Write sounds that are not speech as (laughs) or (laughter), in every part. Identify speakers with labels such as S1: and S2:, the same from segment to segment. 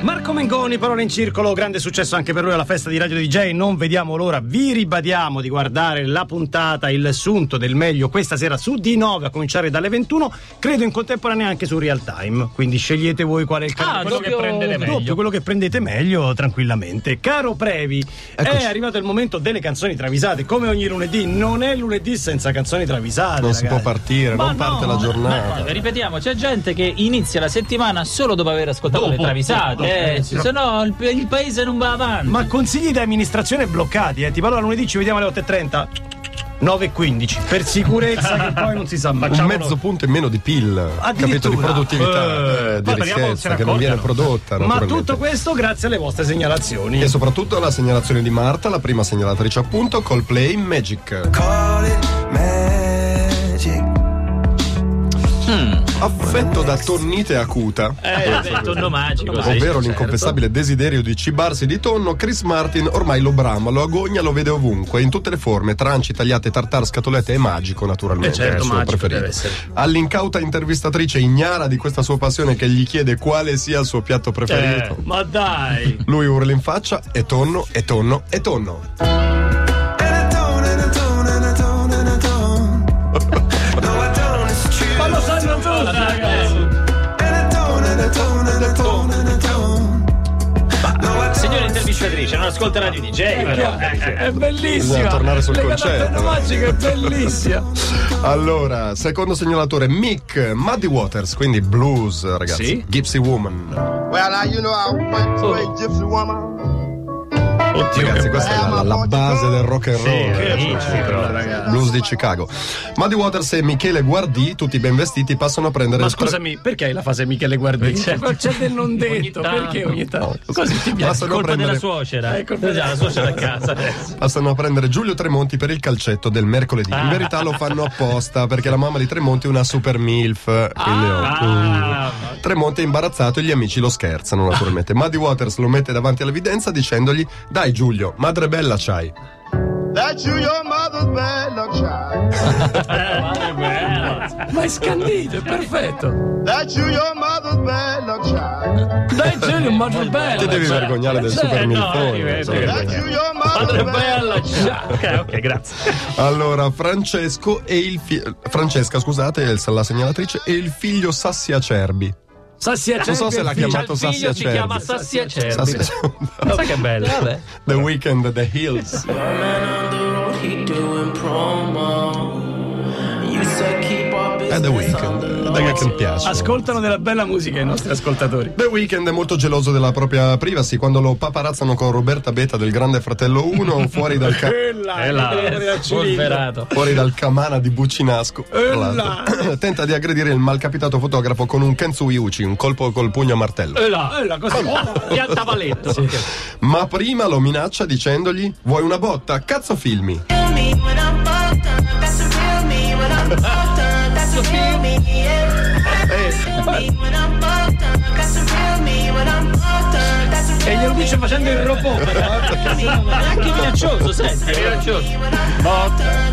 S1: Marco Mengoni, parole in circolo, grande successo anche per lui alla festa di Radio DJ, non vediamo l'ora, vi ribadiamo di guardare la puntata, il sunto del meglio questa sera su D9 a cominciare dalle 21, credo in contemporanea anche su Real Time, quindi scegliete voi qual è il canale, Cioè,
S2: Ah,
S1: quello
S2: doppio-
S1: che prendete meglio. Doppio, quello che prendete meglio tranquillamente. Caro Previ,
S3: Eccoci.
S1: è arrivato il momento delle canzoni travisate, come ogni lunedì, non è lunedì senza canzoni travisate.
S3: Non si può
S1: ragazzi.
S3: partire,
S2: Ma
S3: non
S2: no,
S3: parte la
S2: ma guarda,
S3: giornata.
S2: ripetiamo, c'è gente che inizia la settimana solo dopo aver ascoltato
S4: Dopo,
S2: le travisate.
S4: dopo,
S2: eh,
S4: sì.
S2: se no il, il paese non va avanti.
S1: Ma consigli da amministrazione bloccati, eh. Tipo allora lunedì ci vediamo alle 8.30. 9.15 per sicurezza che poi non si sa mai.
S3: Un mezzo punto in meno di PIL, capito? Di
S1: Addirittura.
S3: produttività,
S4: Eh,
S3: eh, di
S4: poi speriamo se
S3: ricchezza
S4: ne
S3: che non viene
S4: accorgano.
S3: prodotta.
S1: Ma
S3: naturalmente.
S1: tutto questo grazie alle vostre segnalazioni.
S3: E soprattutto alla segnalazione di Marta, la prima segnalatrice appunto, Coldplay Magic.
S5: Call it magic.
S3: Hmm. Affetto da tonnite acuta,
S2: Eh, vabbè, tonno magico. sì.
S3: ovvero l'inconfessabile
S4: Certo.
S3: desiderio di cibarsi di tonno, Chris Martin ormai lo brama, lo agogna, lo vede ovunque, in tutte le forme, tranci, tagliate, tartar, scatolette e magico naturalmente,
S4: Eh, certo,
S3: è il suo
S4: magico
S3: preferito.
S4: deve essere.
S3: All'incauta intervistatrice ignara di questa sua passione che gli chiede quale sia il suo piatto preferito.
S1: Eh, Ma
S4: Eh.
S1: dai!
S3: Lui urla in faccia, è tonno, è tonno, è tonno.
S5: And I don't, and I don't, and I don't, and I don't. No, I don't, it's true.
S1: Ma lo sanno tutti, ragazzi!
S5: And I don't, and I don't, and I don't, and I don't. No, I don't.
S2: Signora intervistatrice, non ascolta Radio
S1: Eh,
S2: DJ, però. eh,
S1: È bellissima!
S3: Bisogna tornare sul
S1: Le
S3: concerto.
S1: cantate magiche è bellissima!
S3: Allora, secondo segnalatore Mick Muddy Waters, quindi blues, ragazzi.
S4: Sì.
S3: Gypsy Woman.
S6: Well, I, you know, I went to a
S2: Oh.
S6: gypsy woman.
S4: Oddio,
S1: eh,
S3: Ragazzi, questa è la, la base del rock and roll. eh, cioè,
S4: amici, però, ragazzi.
S3: Blues di Chicago. Muddy Waters e Michele Guardì, tutti ben vestiti, passano a prendere
S1: Ma
S3: il tre-
S1: scusami, perché hai la fase Michele Guardini? Ma c'è del non detto,
S2: tanto.
S1: perché ogni tanto?
S2: Così
S1: eh,
S2: ti piace.
S3: Passano a
S2: Colpa della
S3: prendere-
S2: suocera.
S1: Ecco,
S2: Eh, già, la suocera a casa.
S3: (laughs)
S1: (laughs)
S3: Passano a prendere Giulio Tremonti per il calcetto del mercoledì. In verità lo fanno apposta perché la mamma di Tremonti è una super MILF. Quindi oh,
S2: Ah,
S3: Tremonti è imbarazzato e gli amici lo scherzano naturalmente. Muddy Waters lo mette davanti all'evidenza dicendogli: Dai Giulio, madre bella c'hai.
S6: That you, your mother's bad luck child.
S1: (laughs) Ma è scandito, è perfetto!
S6: That you, your mother's bad luck child.
S1: Dai Giulio, ma che bello!
S3: Ti devi
S1: cioè.
S3: vergognare del
S1: Cioè,
S3: super
S1: no,
S3: milfone.
S2: eh,
S3: insomma.
S2: eh,
S6: That you, your mother's
S2: madre
S6: bad
S2: bella.
S6: luck child.
S2: già. Ok, ok, grazie.
S3: Allora, Francesco e il fi- Francesca, scusate, è la segnalatrice, e il figlio Sassi Acerbi.
S1: Sassi
S3: Non so
S1: Acerbi
S3: se
S1: è
S3: l'ha
S1: figlio.
S3: chiamato
S2: Eh, Il
S3: Sassi
S2: figlio si chiama
S3: Acerbi.
S2: Sassi Acerbi.
S3: Sassi
S2: Ma
S1: Oh,
S2: Sai che bello?
S1: Eh,
S2: Vabbè.
S3: The Weekend, The Hills. Eh,
S7: He doing promo. You said keep our
S3: È
S7: business
S3: The
S7: on
S3: Weekend.
S7: the
S3: Dai che mi piace.
S1: Ascoltano della bella musica i nostri ascoltatori.
S3: The Weeknd è molto geloso della propria privacy quando lo paparazzano con Roberta Beta del Grande Fratello
S2: (laughs)
S3: 1 fuori dal, ca-
S1: Quella
S4: Eh là,
S2: Polverato.
S3: fuori dal camana di Buccinasco. Tra l'altro, Tenta di aggredire il malcapitato fotografo con un Kenzu Yuchi, un colpo col pugno a martello.
S2: Eh là,
S1: Quella cosa
S2: Gli altapaletto.
S3: Ma prima lo minaccia dicendogli: Vuoi una botta? Cazzo filmi!
S7: Real me when I'm fucked up. That's a real me when I'm fucked up. That's a real me. Yeah. That's a real me when I'm fucked up. That's a real me when I'm fucked up. That's a real
S1: E glielo dice facendo il robot.
S7: me when I'm
S2: Anche minaccioso, senti, è minaccioso.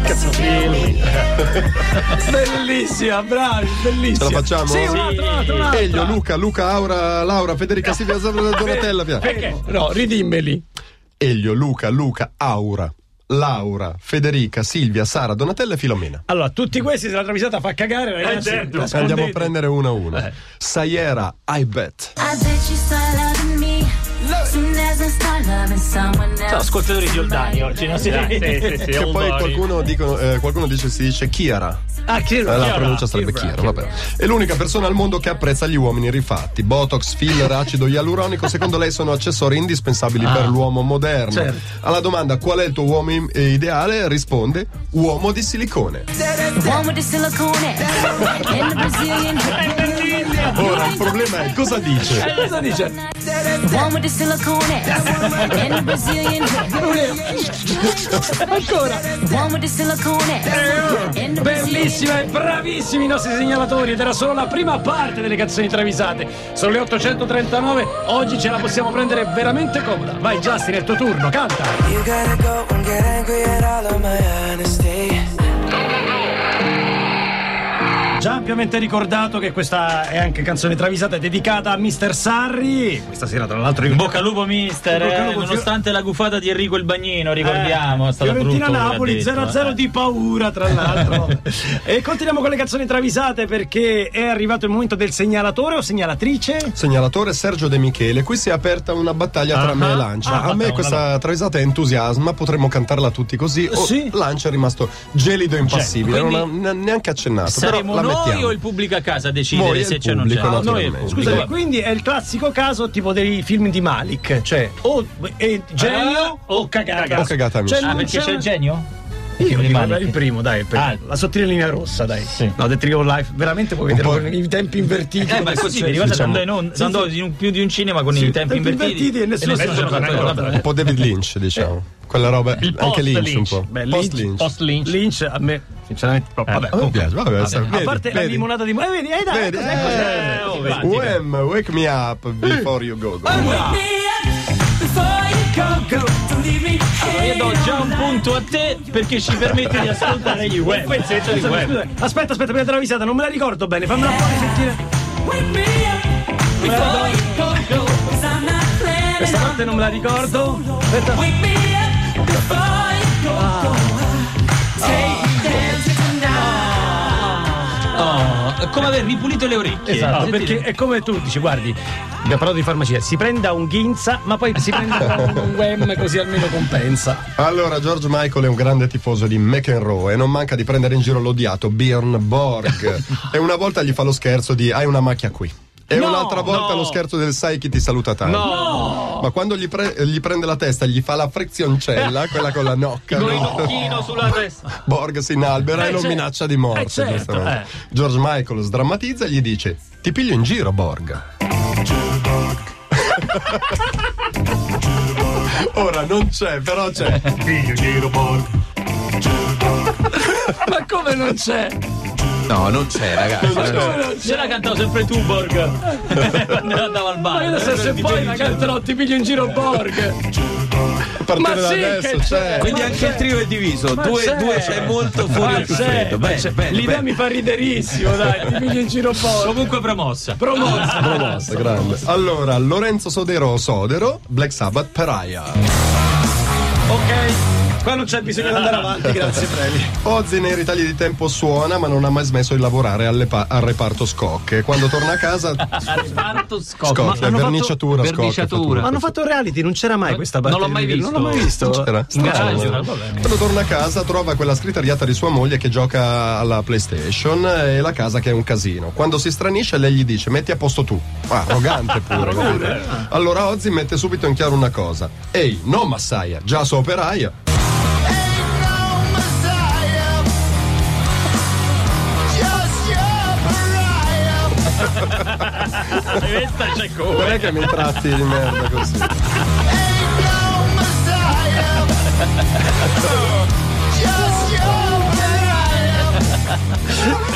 S7: Cazzo filmi.
S1: (laughs) bellissima, bravi,
S3: Ce la
S1: bellissima.
S3: facciamo?
S1: Sì, un'altra, un'altra, un'altra.
S3: Elio, Luca, Luca, Aura, Laura,
S1: (laughs)
S3: Federica, Silvia, Donatella, via.
S1: Perché? No, ridimmeli.
S3: Elio, Luca, Luca, Aura, Laura, Federica, Silvia, Sara, Donatella e Filomena. Eh,
S1: Allora, tutti questi se la travisata fa cagare, ragazzi.
S4: certo.
S1: ascoltate.
S3: Andiamo a prendere uno a uno.
S1: Eh.
S3: Sayera, I bet.
S8: I bet you start loving me. Soon as I start loving someone
S2: Ciao,
S8: else.
S2: ascoltatori di Oldani oggi, no? Sì,
S3: Che poi qualcuno, dicono- eh, qualcuno dice si dice Chiara.
S2: Ah, che
S3: Eh, La pronuncia sarebbe Chiara, vabbè. È l'unica persona al mondo che apprezza gli uomini rifatti. Botox, filler, acido ialuronico, secondo lei sono accessori indispensabili per l'uomo moderno. Alla domanda qual è il tuo uomo im- eh, ideale, risponde uomo di silicone.
S8: The one with the silicone ass. And the Brazilian
S3: Ora il problema è cosa dice?
S1: Cosa dice?
S8: The one with the silicone ass. And the Brazilian
S1: Ancora.
S8: The one with the silicone ass. And the Brazilian
S1: Bellissima e bravissimi i nostri segnalatori ed era solo la prima parte delle canzoni travisate. Sono le 839, oggi ce la possiamo prendere veramente comoda. Vai Justin, è il tuo turno, canta.
S7: You gotta go and get angry at all of my honesty.
S1: già ampiamente ricordato che questa è anche canzone travisata, è dedicata a Mr. Sarri. Questa sera, tra l'altro,
S2: In bocca al lupo mister,
S1: In bocca al
S2: eh,
S1: lupo, Eh, Fior-
S2: nonostante la gufata di Enrico il Bagnino, Boh, ricordiamo, è stato brutto quello che ha
S1: Fiorentina-Napoli
S2: detto,
S1: 0-0
S2: eh.
S1: di paura tra l'altro e continuiamo con le canzoni travisate perché è arrivato il momento del segnalatore o segnalatrice
S3: Segnalatore Sergio De Michele, qui si è aperta una battaglia tra
S1: Ah,
S3: me e
S1: ah.
S3: Lancia.
S1: Ah,
S3: a me
S1: madonna.
S3: questa travisata entusiasma, potremmo cantarla tutti così. O
S1: Sì.
S3: Lancia è rimasto gelido e impassibile,
S2: quindi
S3: non ha ne- neanche accennato.
S2: Saremo
S3: però la
S2: noi
S3: mettiamo.
S2: o il pubblico a casa a decidere
S3: Voi e
S2: se
S3: il
S2: c'è o non c'è?
S3: pubblico,
S2: No,
S3: naturalmente.
S2: noi e il pubblico.
S1: scusami
S2: Vabbè.
S1: quindi è il classico caso tipo dei film di Malik cioè o è genio
S2: Ah,
S1: o
S2: o
S1: cagata
S3: o cagata amici.
S1: Cioè,
S2: Ah,
S1: non
S2: perché
S1: Eh, c'è-
S2: c'è il genio?
S1: io
S2: Di
S1: dico,
S2: Malik.
S1: vabbè, il primo dai il primo.
S2: Ah.
S1: la sottile linea rossa dai
S2: Sì.
S1: no The Trio Life veramente puoi vedere
S3: po'-
S1: con i tempi invertiti
S2: Eh, ma
S1: come
S2: è così,
S1: succede.
S2: mi ricordo
S1: Diciamo.
S2: andò in onda-
S1: Sì,
S2: andò
S1: sì.
S2: in un- più di un cinema con
S1: Sì,
S2: i tempi invertiti
S1: e nessuno se ne
S2: se ne
S1: accorge.
S2: accorge.
S3: Un po'
S1: Eh,
S3: David Lynch, diciamo. Quella roba.
S4: Il post
S3: anche Lynch,
S4: Lynch.
S3: un po'.
S1: Beh,
S3: post
S1: eh, Lynch.
S3: Lynch.
S4: Post Lynch.
S1: Lynch a me
S2: Eh,
S1: sinceramente però, Eh, vabbè
S3: Mi piace, vabbè, sai,
S1: A
S3: vedi,
S1: parte la
S3: vedi.
S1: limonata di Eh, vedi, eh, dai,
S3: Vedi,
S1: cos'è,
S3: eh,
S1: cos'è?
S2: eh,
S1: Oh,
S2: sì,
S1: vedi.
S2: va.
S3: Wham, wake me up before you go.
S2: Allora, io do già un punto a te perché ci permette di ascoltare gli web.
S1: Scusa, scusa, Aspetta, aspetta, prima della visata, non me la ricordo bene, fammela fuori sentire. Questa parte non me la ricordo. Aspetta.
S2: Ah. Oh, è come aver ripulito le orecchie.
S1: Esatto,
S2: Oh,
S1: perché è come tu dici, guardi, abbiamo parlato di farmacia, si prenda un ghinza, ma poi si prenda un wem così almeno compensa.
S3: Allora, George Michael è un grande tifoso di McEnroe e non manca di prendere in giro l'odiato Bjorn
S1: (laughs)
S3: Borg. e una volta gli fa lo scherzo di hai una macchia qui. E
S1: No,
S3: un'altra volta
S1: no.
S3: lo scherzo del sai chi ti saluta tanto. Ma quando gli, pre- gli prende la testa, gli fa
S1: (laughs)
S3: la frizioncella, quella con la nocca.
S2: Con
S3: no?
S2: il nocchino sulla testa.
S3: Borg si inalbera
S1: Eh,
S3: e lo
S1: certo.
S3: minaccia di morte.
S1: Eh, certo,
S3: giustamente. George Michael sdrammatizza e gli dice: Ti piglio in giro,
S1: (laughs)
S3: Borg. Ora non c'è, però c'è.
S1: Eh, Ma come non c'è?
S9: No, non c'è, ragazzi.
S2: Ce la cantavo sempre tu, (laughs) Borg. Quando andavo al
S1: Ma
S2: bar.
S1: io adesso se poi la canterò ti piglio in giro Borg.
S3: A partire
S1: Ma
S3: da
S1: sì,
S3: adesso certo.
S1: che
S3: c'è.
S9: Quindi anche il trio è diviso. Due,
S1: c'è.
S9: due c'è molto fuori
S1: Ma
S9: il
S1: c'è,
S9: freddo.
S1: ma
S9: Bene,
S1: c'è.
S9: bene,
S1: Eh, L'idea
S9: bene.
S1: mi fa riderissimo, dai, ti piglio in giro Borg.
S2: Comunque promossa.
S1: Promossa.
S3: Promossa, grande. Allora, Lorenzo Sodero Sodero, Black Sabbath, Pariah.
S1: Ok, qua non c'è bisogno di
S3: (laughs)
S1: andare avanti, grazie Previ.
S3: Ozzy nei ritagli di tempo suona, ma non ha mai smesso di lavorare alle pa- al reparto scocche. Quando torna
S1: (laughs)
S3: a casa,
S2: Tanto scocco.
S3: scocche,
S1: hanno fatto-
S3: verniciatura, scocche.
S9: verniciatura.
S1: Ma hanno fatto un reality, non c'era mai questa parte.
S2: l'ho mai
S1: di-
S2: visto.
S1: Non l'ho mai visto.
S3: C'era?
S1: In garage,
S3: C'era.
S1: no? Vabbè.
S3: Quando torna a casa trova quella scriteriata di sua moglie che gioca alla PlayStation eh, e la casa che è un casino. Quando si stranisce lei gli dice metti a posto tu. Ah, arrogante pure. capito? allora Ozzy mette subito in chiaro una cosa. Ehi, no massaia, già so operaia.
S2: Questa c'è come.
S3: Non è che mi tratti di merda così.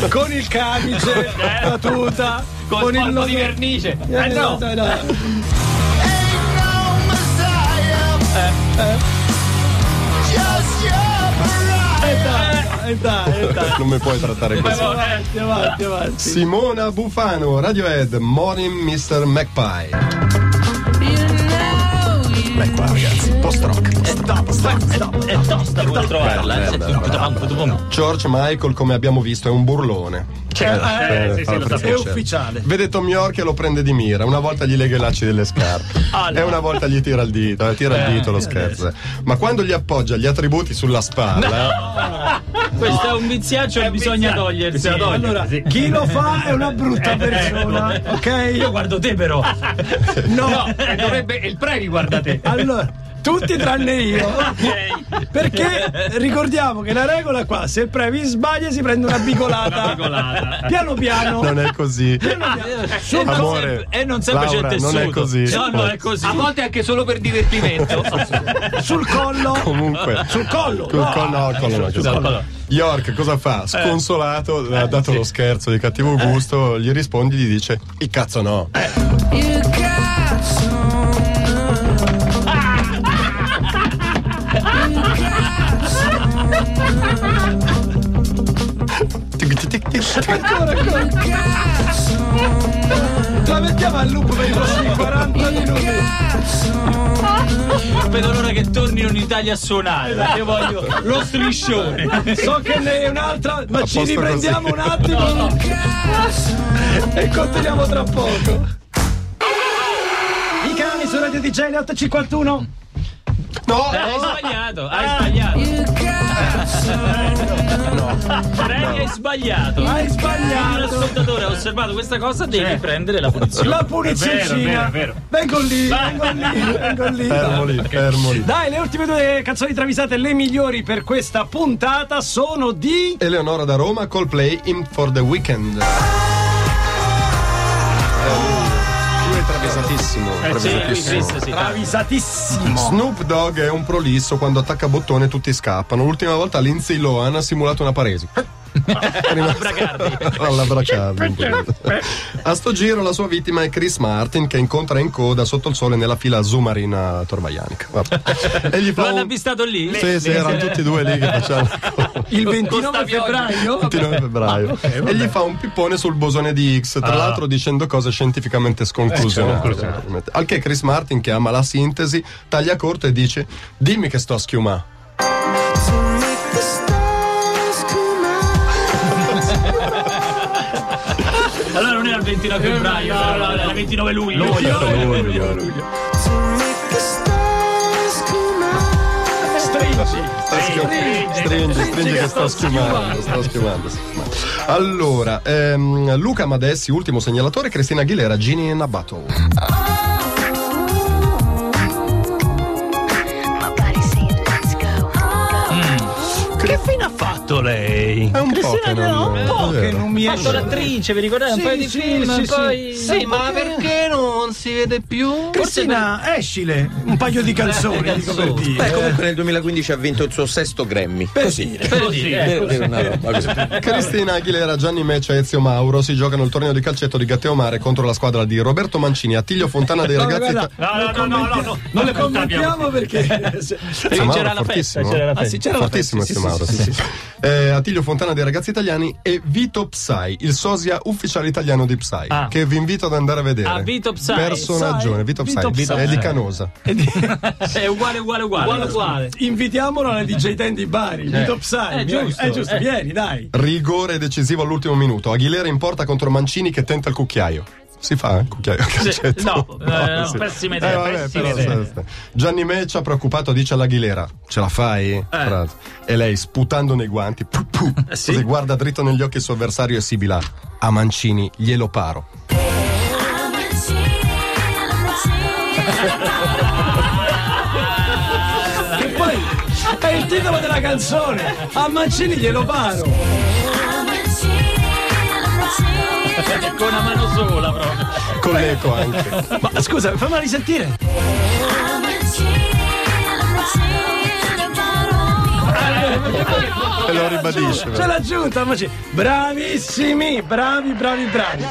S1: Con il
S2: (laughs)
S1: camice, la tuta,
S2: Col
S1: con il
S2: colpo Eh. di
S1: nome.
S2: vernice. Eh no.
S1: dai, dai. E dai, e dai, e dai.
S3: (laughs) Non mi puoi trattare così.
S1: Avanti, avanti, avanti.
S3: Simona Bufano, Radiohead, Morning Mr. Magpie. Beh, qua ragazzi, post rock.
S2: È tosta pure trovarla. eh.
S3: George Michael, come abbiamo visto, è un burlone.
S1: Eh,
S3: Eh,
S1: sì, sì, lo sapevo. È
S3: fa piacere.
S1: ufficiale.
S3: Vede Tommy York e lo prende di mira. Una volta gli lega i lacci
S1: (laughs)
S3: delle scarpe.
S1: Ah,
S3: E una volta gli tira il dito. eh, tira il dito lo scherzo. Ma quando gli appoggia gli attributi sulla spalla,
S2: Questo è un viziaccio e bisogna togliersi.
S1: Allora, chi lo fa è una
S2: Eh,
S1: brutta persona,
S2: Io
S1: ok?
S2: guardo te però.
S1: No,
S4: Dovrebbe il premi guarda te.
S1: allora, tutti tranne
S4: (laughs)
S1: io. Perché ricordiamo che la regola qua, se il Previ sbaglia si prende una bigolata.
S2: Colata.
S1: Piano piano.
S3: non è così.
S1: Ah,
S2: E non
S3: Amore,
S2: sempre- e non sempre c'è il
S3: Laura, non
S2: tessuto.
S3: è così.
S2: No, no, è così.
S9: A volte anche solo per divertimento.
S1: sul collo. (laughs)
S3: Comunque,
S1: Sul collo.
S3: col
S1: no. Eh,
S3: collo, no, collo, no,
S2: Scusa,
S3: collo.
S2: allora,
S3: York cosa fa? Sconsolato, le ha
S1: Eh,
S3: dato lo scherzo di cattivo gusto, gli rispondi gli dice il cazzo no.
S1: Eh.
S3: Tic, tic, tic, tic,
S1: Ancora, ancora. La mettiamo al loop per i prossimi 40 minuti.
S2: Vedo l'ora che tornino in Italia a suonare. Perché voglio lo striscione.
S1: So che ne è un'altra, ma ci
S3: posto
S1: riprendiamo un attimo. E continuiamo tra poco. I cani su Radio DJ alle 8.51.
S3: No,
S2: Hai sbagliato, hai sbagliato. Premi, hai sbagliato.
S1: Hai
S2: Un
S1: sbagliato.
S2: ascoltatore ha osservato questa cosa, devi prendere la punizione.
S1: La punizioncina.
S4: È vero, è vero, è vero.
S1: Vengo lì, vengo lì, vengo lì.
S3: fermo lì, fermo lì.
S1: Dai, le ultime due canzoni travisate, le migliori per questa puntata, sono di.
S3: Eleonora da Roma, Coldplay, In for the Weekend. Eh, Lui è travisatissimo,
S2: Eh, Sì, sì,
S3: travisatissimo.
S2: sì, sì.
S1: Travisatissimo.
S3: Snoop Dogg è un prolisso, quando attacca bottone tutti scappano. L'ultima volta Lindsay Lohan ha simulato una paresi. (laughs) È rimasto- (laughs) Alla Bracardi, un po'. A sto giro la sua vittima è Chris Martin che incontra in coda sotto il sole nella fila Zumarina Torvaianica. (laughs) Vabbè. E
S2: Lo
S3: gli fa
S2: hanno
S3: un...
S2: avvistato lì?
S3: Sì, sì, erano tutti e due lì che
S2: (laughs)
S3: facevano
S1: Il 29 febbraio.
S3: 29 febbraio e gli fa un pippone sul bosone di X tra l'altro dicendo cose scientificamente sconcusionate al che Chris Martin che ama la sintesi taglia corto e dice dimmi che sto a schiumà
S2: Allora non era il 29 febbraio, era il 29 luglio.
S3: Sta schium- stringi stringi che sto schiumando sto schiumando sì. allora ehm, Luca Madessi ultimo segnalatore Cristina Aguilera Gini in a Battle
S8: My body saying, let's go.
S4: Che fine ha fatto lei?
S3: è un po' che non, è vero.
S1: mi esce.
S2: L'attrice, vi ricordate? Un paio di film, poi...
S9: Sì, ma perché non si vede più?
S1: Cristina, escile un paio di canzoni, dico per dire. Ecco,
S10: Beh, comunque nel 2015 ha vinto il suo sesto Grammy. Così.
S2: Per dire,
S10: Per dire una roba così.
S3: Cristina Aguilera, Gianni Meccia e Ezio Mauro si giocano il torneo di calcetto di Gatteomare contro la squadra di Roberto Mancini, Attilio Fontana dei ragazzi.
S1: guarda,
S4: No, no, no, no, no, no.
S1: Non
S4: Non
S1: le
S4: le contabiamo.
S1: commentiamo (laughs) perché.
S3: Ezio Mauro,
S2: c'era la festa,
S3: fortissimo. Ah,
S2: c'era la festa.
S10: sì, c'era
S3: Fortissimo Ezio Mauro, sì, sì. Eh, Attilio Fontana dei ragazzi italiani e Vito Psy, il sosia ufficiale italiano di Psy, che vi invito ad andare a vedere.
S2: Ah, Vito Psy.
S3: Personaggione, Vito Psy,
S1: Vito Psy.
S3: è di Canosa.
S2: È uguale, uguale, uguale. Uguale, uguale.
S1: Invitiamolo alla DJ Ten di Bari, di Top
S2: Eh, giusto,
S1: È giusto,
S2: eh.
S1: vieni, dai.
S3: Rigore decisivo all'ultimo minuto. Aguilera in porta contro Mancini che tenta il cucchiaio. Si fa eh, il cucchiaio (laughs) a calcetto?
S2: No, eh,
S3: sì.
S2: pessima
S3: Eh,
S2: idea,
S3: vabbè,
S2: pessima
S3: però,
S2: idea.
S3: sta- sta. Gianni Meccia preoccupato dice all'Aguilera ce la fai?
S2: Eh.
S3: Fra- e lei sputando nei guanti pu, pu, così guarda dritto negli occhi il suo avversario e sibila a Mancini glielo paro
S8: I'm a cheater, I'm a cheater.
S1: E poi è il titolo della canzone. A Mancini glielo paro.
S8: I'm a cheater, I'm a cheater.
S2: Con una mano sola proprio.
S3: con l'eco anche
S2: (laughs)
S1: Ma scusa, fammi risentire.
S8: I'm a cheater, I'm a cheater.
S3: e lo ribadisce
S1: C'è l'aggiunta, ma c'è. Bravissimi, bravi, bravi, bravi.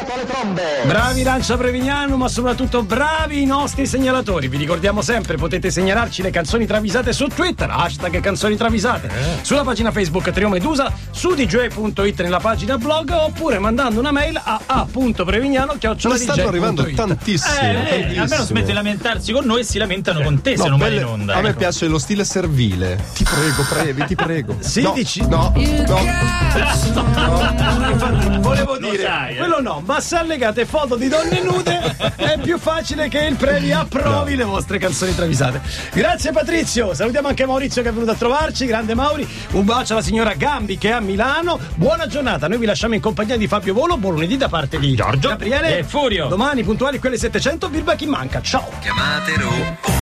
S1: Bravi Lancia Prevignano, ma soprattutto bravi i nostri segnalatori. Vi ricordiamo sempre, potete segnalarci le canzoni travisate su Twitter, hashtag canzoni travisate,
S3: Eh.
S1: sulla pagina Facebook Trio Medusa, su dj.it nella pagina blog, oppure mandando una mail a a.prevignano
S3: ce ne stanno arrivando tantissimi
S2: Eh, eh, almeno smette di lamentarsi con noi e si lamentano con te se
S3: No,
S2: non vai
S3: belle-
S2: in onda.
S3: a me
S2: ecco.
S3: piace lo stile servile ti prego previ ti prego
S2: (laughs)
S1: Sì,
S3: no,
S1: dici-
S3: no no
S1: Volevo dire,
S4: sai, eh.
S1: quello no, ma se allegate foto di donne nude
S3: (laughs)
S1: è più facile che il Previ approvi le vostre canzoni travisate. Grazie Patrizio, salutiamo anche Maurizio che è venuto a trovarci, grande Mauri, un bacio alla signora Gambi che è a Milano, buona giornata, noi vi lasciamo in compagnia di Fabio Volo, buon lunedì da parte di Giorgio, Gabriele
S2: e Furio.
S1: Domani puntuali quelle 700, Birba chi manca, ciao!
S10: Chiamate Ru